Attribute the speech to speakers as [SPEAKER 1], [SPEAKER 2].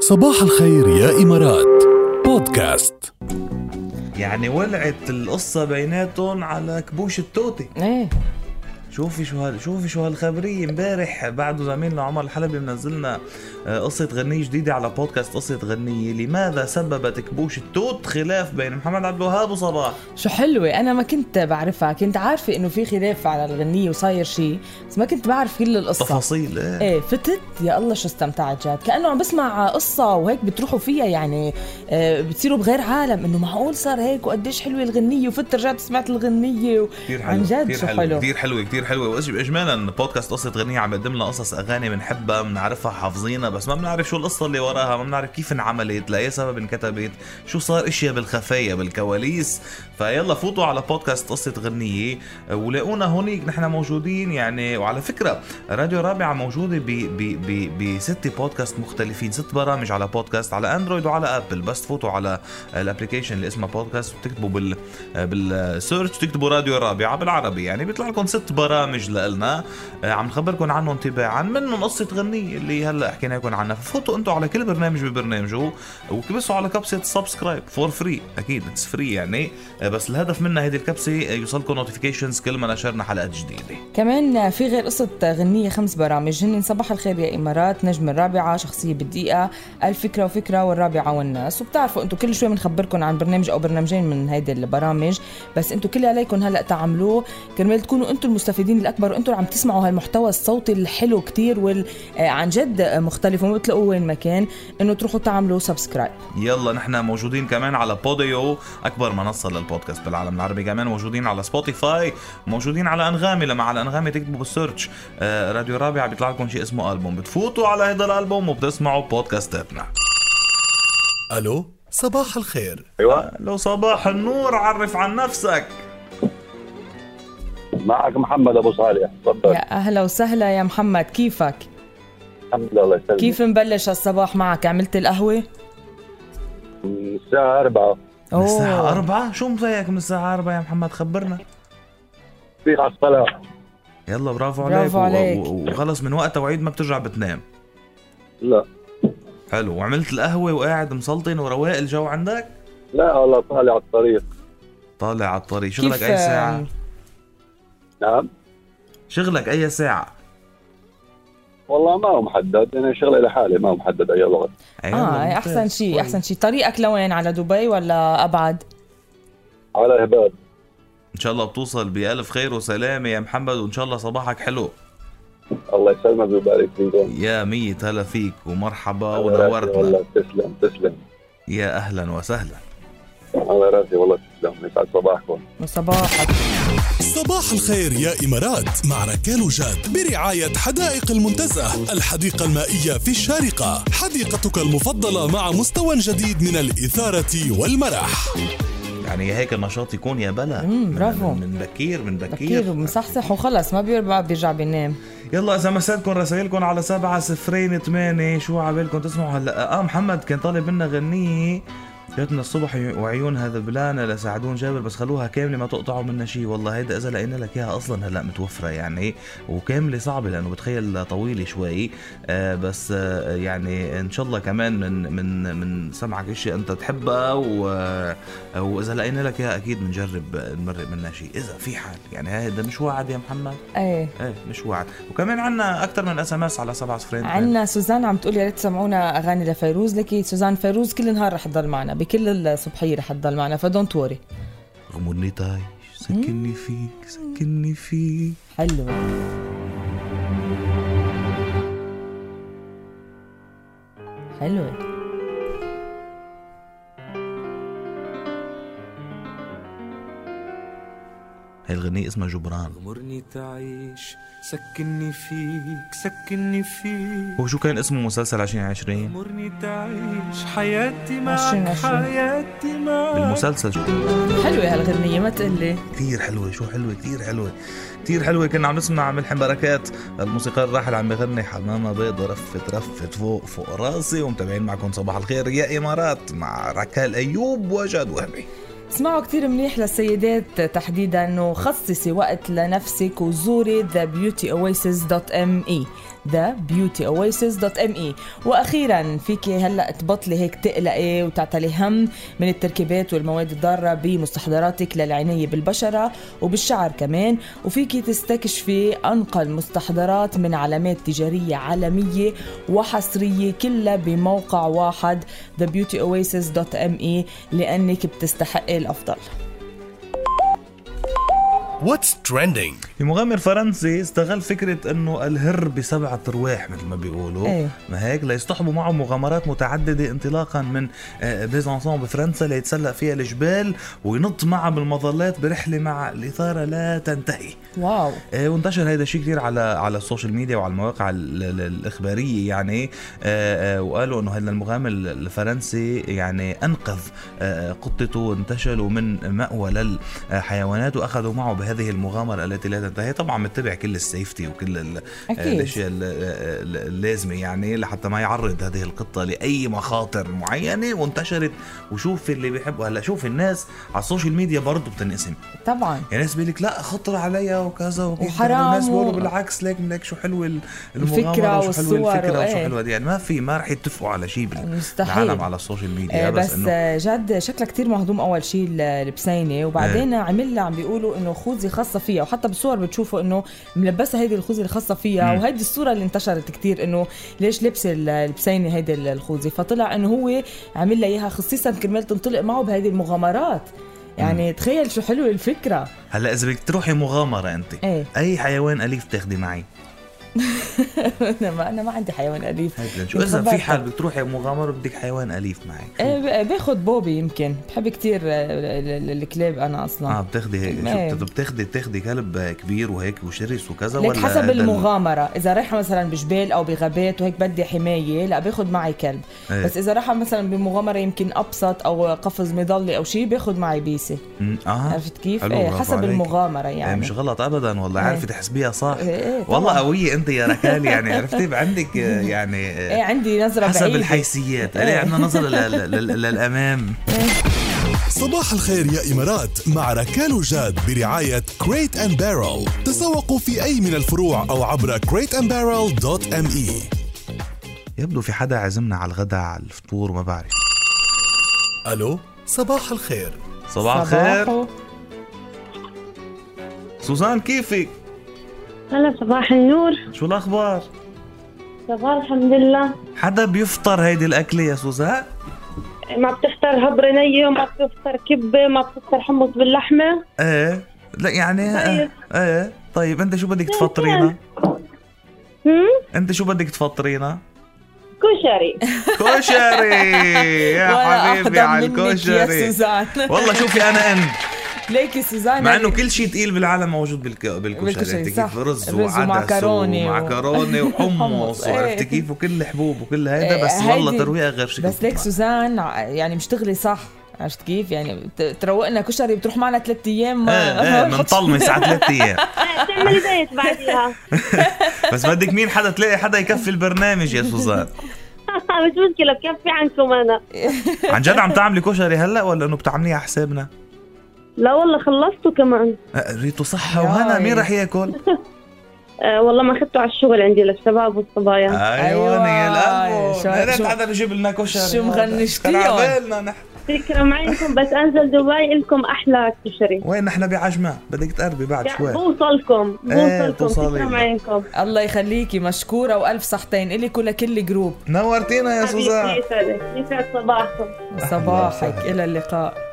[SPEAKER 1] صباح الخير يا إمارات بودكاست
[SPEAKER 2] يعني ولعت القصة بيناتهم على كبوش التوتي
[SPEAKER 3] ايه
[SPEAKER 2] شوفي شو هال شوفي شو هالخبرية امبارح بعده زميلنا عمر الحلبي منزلنا آه، قصة غنية جديدة على بودكاست قصة غنية لماذا سببت كبوش التوت خلاف بين محمد عبد الوهاب وصباح
[SPEAKER 3] شو حلوة أنا ما كنت بعرفها كنت عارفة إنه في خلاف على الغنية وصاير شيء بس ما كنت بعرف كل القصة
[SPEAKER 2] تفاصيل ايه
[SPEAKER 3] ايه فتت يا الله شو استمتعت جد كأنه عم بسمع قصة وهيك بتروحوا فيها يعني آه، بتصيروا بغير عالم إنه معقول صار هيك وقديش حلوة الغنية وفت رجعت سمعت الغنية و...
[SPEAKER 2] كثير حلوة
[SPEAKER 3] عن جد
[SPEAKER 2] كثير
[SPEAKER 3] شو
[SPEAKER 2] حلوة
[SPEAKER 3] حلو
[SPEAKER 2] كثير حلوة كثير حلوة وإج- اجمالا بودكاست قصة غنية عم بقدم لنا قصص أغاني بنحبها بنعرفها حافظينها بس ما بنعرف شو القصة اللي وراها ما بنعرف كيف انعملت لأي سبب انكتبت شو صار اشياء بالخفايا بالكواليس فيلا فوتوا على بودكاست قصة غنية ولاقونا هونيك نحن موجودين يعني وعلى فكرة راديو رابعة موجودة ب- ب- ب- بست بودكاست مختلفين ست برامج على بودكاست على اندرويد وعلى ابل بس تفوتوا على الابلكيشن اللي اسمها بودكاست وتكتبوا بال بالسيرش تكتبوا راديو الرابعة بالعربي يعني بيطلع لكم ست برامج لنا عم نخبركم عنهم تباعا منهم قصة غنية اللي هلا حكينا لكم عنها ففوتوا انتم على كل برنامج ببرنامجه وكبسوا على كبسة سبسكرايب فور فري اكيد اتس فري يعني آه، بس الهدف منها هيدي الكبسة آه، يوصلكم نوتيفيكيشنز كل ما نشرنا حلقات جديدة
[SPEAKER 3] كمان في غير قصة غنية خمس برامج هن صباح الخير يا إمارات نجم الرابعة شخصية بالدقيقة الفكرة وفكرة والرابعة والناس وبتعرفوا أنتم كل شوي بنخبركم عن برنامج أو برنامجين من هيدي البرامج بس أنتم كل اللي عليكم هلأ تعملوه كرمال تكونوا أنتم المستفيدين الأكبر وأنتم عم تسمعوا هالمحتوى الصوتي الحلو كتير وال آه، عن جد مختلف وما بتلاقوه وين ما كان أنه تروحوا تعملوا سبسكرايب
[SPEAKER 2] يلا نحن موجودين كمان على بوديو اكبر منصه للبودكاست بالعالم العربي كمان موجودين على سبوتيفاي موجودين على انغامي لما على انغامي تكتبوا بالسيرش آه راديو رابع بيطلع لكم شيء اسمه البوم بتفوتوا على هذا الالبوم وبتسمعوا بودكاستاتنا
[SPEAKER 1] ألو صباح الخير
[SPEAKER 4] ايوه
[SPEAKER 2] لو صباح النور عرف عن نفسك
[SPEAKER 4] معك محمد ابو صالح تفضل
[SPEAKER 3] يا أهلا وسهلا يا محمد كيفك؟
[SPEAKER 4] الحمد لله الله يسلمك
[SPEAKER 3] كيف مبلش هالصباح معك؟ عملت القهوة؟
[SPEAKER 4] من الساعه 4
[SPEAKER 2] من
[SPEAKER 3] أوه.
[SPEAKER 2] الساعه 4 شو مضايقك من الساعه 4 يا محمد خبرنا
[SPEAKER 4] في على الصلاه
[SPEAKER 2] يلا برافو عليك
[SPEAKER 3] برافو
[SPEAKER 2] و-
[SPEAKER 3] عليك.
[SPEAKER 2] و- وخلص من وقتها وعيد ما بترجع بتنام
[SPEAKER 4] لا
[SPEAKER 2] حلو وعملت القهوه وقاعد مسلطن ورواق الجو عندك
[SPEAKER 4] لا والله طالع على الطريق
[SPEAKER 2] طالع على الطريق شغلك
[SPEAKER 3] كيف آه؟
[SPEAKER 2] اي ساعه
[SPEAKER 4] نعم
[SPEAKER 2] شغلك اي ساعه
[SPEAKER 4] والله ما هو محدد انا شغلي لحالي ما هو محدد اي لغه
[SPEAKER 3] اه
[SPEAKER 2] يلا
[SPEAKER 3] هي
[SPEAKER 2] ممتاز.
[SPEAKER 3] احسن شيء
[SPEAKER 2] كويس.
[SPEAKER 3] احسن شيء طريقك لوين على دبي ولا ابعد
[SPEAKER 4] على هباب
[SPEAKER 2] ان شاء الله بتوصل بالف خير وسلامه يا محمد وان شاء الله صباحك حلو
[SPEAKER 4] الله يسلمك ويبارك فيكم
[SPEAKER 2] يا مية هلا فيك ومرحبا
[SPEAKER 4] على راسي
[SPEAKER 2] ونورتنا
[SPEAKER 4] والله تسلم تسلم
[SPEAKER 2] يا اهلا وسهلا
[SPEAKER 4] على راسي والله تسلم يسعد صباحكم
[SPEAKER 3] وصباحك
[SPEAKER 1] صباح الخير يا إمارات مع ركال وجاد برعاية حدائق المنتزه الحديقة المائية في الشارقة حديقتك المفضلة مع مستوى جديد من الإثارة والمرح
[SPEAKER 2] يعني هيك النشاط يكون يا بلا
[SPEAKER 3] مم،
[SPEAKER 2] من-
[SPEAKER 3] برافو.
[SPEAKER 2] من من بكير من
[SPEAKER 3] بكير
[SPEAKER 2] بكير
[SPEAKER 3] ومصحصح وخلص ما بيرجع بيرجع بينام
[SPEAKER 2] يلا اذا مساتكم رسائلكم على سبعة صفرين ثمانية شو عبالكم تسمعوا هلا اه محمد كان طالب منا غنية جاتنا الصبح وعيونها ذبلانة لسعدون جابر بس خلوها كاملة ما تقطعوا منها شيء والله هيدا إذا لقينا لك إياها أصلا هلا متوفرة يعني وكاملة صعبة لأنه بتخيل طويلة شوي آه بس آه يعني إن شاء الله كمان من من من سمعك أشياء أنت تحبها و آه، وإذا لقينا لك إياها أكيد بنجرب نمرق منها شيء إذا في حال يعني هيدا مش وعد يا محمد
[SPEAKER 3] ايه
[SPEAKER 2] ايه مش وعد وكمان عنا اكثر من اس ام اس على 7 صفرين
[SPEAKER 3] عنا سوزان عم تقول يا ريت تسمعونا اغاني لفيروز لكي سوزان فيروز كل نهار رح تضل معنا بكل الصبحيه رح تضل معنا فدونت وري
[SPEAKER 2] غمرني تعيش سكني فيك سكني فيك
[SPEAKER 3] حلو حلو
[SPEAKER 2] هاي الغنية اسمها جبران
[SPEAKER 5] غمرني تعيش سكني فيك سكني فيك
[SPEAKER 2] هو شو كان اسمه مسلسل 2020
[SPEAKER 5] غمرني تعيش حياتي
[SPEAKER 3] عشرين
[SPEAKER 5] معك
[SPEAKER 3] عشرين.
[SPEAKER 5] حياتي معك
[SPEAKER 2] آه. بالمسلسل شو
[SPEAKER 3] حلوه هالغنيه ما تقلي
[SPEAKER 2] كثير حلوة شو حلوة كثير حلوة كثير حلوة كنا عم نسمع ملحم بركات الموسيقار الراحل عم بغني حمامة بيضة رفت رفت فوق فوق راسي ومتابعين معكم صباح الخير يا إمارات مع ركال أيوب وجاد وهبي
[SPEAKER 3] اسمعوا كتير منيح للسيدات تحديدا وخصصي وقت لنفسك وزوري thebeautyoasis.me thebeautyoasis.me واخيرا فيك هلا تبطلي هيك تقلقي وتعتلي هم من التركيبات والمواد الضاره بمستحضراتك للعنايه بالبشره وبالشعر كمان وفيك تستكشفي انقى المستحضرات من علامات تجاريه عالميه وحصريه كلها بموقع واحد thebeautyoasis.me لانك بتستحقي الافضل
[SPEAKER 6] What's trending?
[SPEAKER 2] في مغامر فرنسي استغل فكرة انه الهر بسبعة ارواح مثل ما بيقولوا
[SPEAKER 3] إيه.
[SPEAKER 2] ما هيك ليصطحبوا معه مغامرات متعددة انطلاقا من آه، بيزانسون بفرنسا ليتسلق فيها الجبال وينط معها بالمظلات برحلة مع الإثارة لا تنتهي
[SPEAKER 3] واو
[SPEAKER 2] آه، وانتشر هيدا الشيء كثير على على السوشيال ميديا وعلى المواقع ال- ال- الاخباريه يعني آه، آه، وقالوا انه هذا المغامر الفرنسي يعني انقذ آه، قطته وانتشلوا من مأوى للحيوانات واخذوا معه بهذه المغامره التي لا تنتهي طبعا متبع كل السيفتي وكل ال- آه،
[SPEAKER 3] أكيد.
[SPEAKER 2] الاشياء ال- ال- اللازمه يعني لحتى ما يعرض هذه القطه لاي مخاطر معينه وانتشرت وشوف اللي بيحبوا هلا شوف الناس على السوشيال ميديا برضه بتنقسم
[SPEAKER 3] طبعا
[SPEAKER 2] يعني ناس بيقول لك لا خطر عليا وكذا وكذا
[SPEAKER 3] وحرام
[SPEAKER 2] الناس بيقولوا
[SPEAKER 3] و-
[SPEAKER 2] بالعكس ليك لك شو حلوه ال-
[SPEAKER 3] الفكرة
[SPEAKER 2] المغامره وشو حلوه
[SPEAKER 3] والصور
[SPEAKER 2] الفكره وشو
[SPEAKER 3] وإيه.
[SPEAKER 2] حلوه دي يعني ما في ما رح يتفقوا على شيء بال-
[SPEAKER 3] مستحيل.
[SPEAKER 2] بالعالم على السوشيال ميديا
[SPEAKER 3] آه،
[SPEAKER 2] بس,
[SPEAKER 3] بس,
[SPEAKER 2] انه
[SPEAKER 3] آه، جد شكلها كتير مهضوم اول شيء البسينه وبعدين عمل لها عم بيقولوا انه خوذه خاصه فيها وحتى بالصور بتشوفوا انه ملبسه هيدي الخوذه الخاصه فيها
[SPEAKER 2] مم.
[SPEAKER 3] وهيدي الصوره اللي انتشرت كتير انه ليش لبسه ال- البسينه هيدي ال- الخوذه فطلع انه هو عمل لها اياها خصيصا كرمال تنطلق معه بهيدي المغامرات يعني تخيل شو حلو الفكره
[SPEAKER 2] هلا اذا بدك تروحي مغامره انت
[SPEAKER 3] إيه.
[SPEAKER 2] اي حيوان اليف بتاخدي معي
[SPEAKER 3] انا ما انا ما عندي حيوان اليف
[SPEAKER 2] هيك لنشوف اذا في
[SPEAKER 3] بتخبرك.
[SPEAKER 2] حال بدك تروحي مغامره بدك حيوان اليف معك شو-
[SPEAKER 3] آه، ب- باخد بوبي يمكن بحب كتير آه، ال- ال- الكلاب انا اصلا
[SPEAKER 2] اه بتاخدي هيك
[SPEAKER 3] إيه.
[SPEAKER 2] شو بت- بتاخدي بتاخدي كلب كبير وهيك وشرس وكذا
[SPEAKER 3] لك
[SPEAKER 2] ولا
[SPEAKER 3] حسب
[SPEAKER 2] هذا ال-
[SPEAKER 3] المغامرة إذا رايحة مثلا بجبال أو بغابات وهيك بدي حماية لا باخد معي كلب
[SPEAKER 2] إيه.
[SPEAKER 3] بس إذا رايحة مثلا بمغامرة يمكن أبسط أو قفز مظلي أو شيء باخد معي بيسة
[SPEAKER 2] مم، اه
[SPEAKER 3] عرفت كيف؟
[SPEAKER 2] حلو،
[SPEAKER 3] إيه
[SPEAKER 2] برافو
[SPEAKER 3] حسب
[SPEAKER 2] عليك.
[SPEAKER 3] المغامرة
[SPEAKER 2] يعني.
[SPEAKER 3] يعني
[SPEAKER 2] مش غلط ابدا والله
[SPEAKER 3] إيه.
[SPEAKER 2] عارفه تحسبيها صح
[SPEAKER 3] إيه، إيه، طبعاً.
[SPEAKER 2] والله قويه انت يا ركال يعني عرفتي عندك آه، يعني آه،
[SPEAKER 3] إيه عندي نظرة
[SPEAKER 2] حسب
[SPEAKER 3] بعيدة
[SPEAKER 2] الحيثيات
[SPEAKER 3] إيه.
[SPEAKER 2] يعني عندنا نظره لل- لل- للامام
[SPEAKER 1] صباح الخير يا إمارات مع ركال وجاد برعاية كريت أند بارل تسوقوا في أي من الفروع أو عبر crateandbarrel.me
[SPEAKER 2] يبدو في حدا عزمنا على الغداء على الفطور ما بعرف
[SPEAKER 1] ألو صباح الخير
[SPEAKER 2] صباح الخير
[SPEAKER 3] صباحو.
[SPEAKER 2] سوزان كيفك
[SPEAKER 7] هلا صباح النور
[SPEAKER 2] شو الاخبار
[SPEAKER 7] صباح الحمد لله
[SPEAKER 2] حدا بيفطر هيدي الاكله يا سوزان
[SPEAKER 7] ما بتفطر هبرة نية ما بتفطر كبة ما بتفطر حمص باللحمة
[SPEAKER 2] ايه لا يعني
[SPEAKER 7] طيب.
[SPEAKER 2] ايه, إيه. طيب انت شو بدك تفطرينا
[SPEAKER 7] هم؟
[SPEAKER 2] انت شو بدك تفطرينا
[SPEAKER 7] كشري
[SPEAKER 2] كشري يا
[SPEAKER 3] ولا
[SPEAKER 2] حبيبي
[SPEAKER 3] أحضن
[SPEAKER 2] على
[SPEAKER 3] منك يا
[SPEAKER 2] الكشري
[SPEAKER 3] سوزان
[SPEAKER 2] والله شوفي انا ان
[SPEAKER 3] ليكي سوزان يعني
[SPEAKER 2] مع انه كل شيء تقيل بالعالم موجود بالك... بالكشري
[SPEAKER 3] بالكشري،
[SPEAKER 2] انت
[SPEAKER 3] صح.
[SPEAKER 2] كيف رز
[SPEAKER 3] رز
[SPEAKER 2] وعدس
[SPEAKER 3] ومعكرونة و-
[SPEAKER 2] ومعكرونه
[SPEAKER 3] حمص،
[SPEAKER 2] وحمص
[SPEAKER 3] إيه.
[SPEAKER 2] وعرفتي كيف وكل حبوب وكل هيدا
[SPEAKER 3] إيه،
[SPEAKER 2] بس والله
[SPEAKER 3] هيدي-
[SPEAKER 2] ترويقه غير شكل
[SPEAKER 3] بس ليك سوزان ع- يعني مشتغلي صح عرفت كيف يعني بت- تروقنا كشري بتروح معنا ثلاث ايام ما-
[SPEAKER 2] ايه
[SPEAKER 3] ما
[SPEAKER 2] ايه
[SPEAKER 3] بنحط
[SPEAKER 2] منطلمس على ثلاث ايام
[SPEAKER 7] تعمل دايت بعديها
[SPEAKER 2] بس بدك مين حدا تلاقي حدا يكفي البرنامج يا سوزان
[SPEAKER 7] مش مشكلة بكفي عنكم أنا
[SPEAKER 2] عن جد عم تعملي كشري هلا ولا انه بتعمليه على حسابنا؟
[SPEAKER 7] لا والله خلصته كمان
[SPEAKER 2] آه، ريتو صحة وهنا مين رح ياكل؟
[SPEAKER 7] آه والله ما أخذته على الشغل عندي للشباب والصبايا
[SPEAKER 2] ايوه يا
[SPEAKER 3] أيوة. شو-
[SPEAKER 2] الابو يا ريت
[SPEAKER 3] شو-
[SPEAKER 2] حدا بيجيب لنا كشري
[SPEAKER 3] شو مغنشتيهم؟
[SPEAKER 2] كان عبالنا نحن
[SPEAKER 7] فكرة معينكم بس أنزل دبي إلكم أحلى كشري
[SPEAKER 2] وين نحن بعجمة بدك تقربي بعد
[SPEAKER 7] يعني
[SPEAKER 2] شوي
[SPEAKER 7] بوصلكم
[SPEAKER 2] إيه،
[SPEAKER 7] بوصلكم
[SPEAKER 2] توصلي.
[SPEAKER 7] فكرة معينكم
[SPEAKER 3] الله يخليكي مشكورة وألف صحتين إلك ولكل جروب
[SPEAKER 7] إيه،
[SPEAKER 2] نورتينا يا سوزان
[SPEAKER 7] حبيبتي يسعدك يسعد صباحكم
[SPEAKER 3] صباحك إلى اللقاء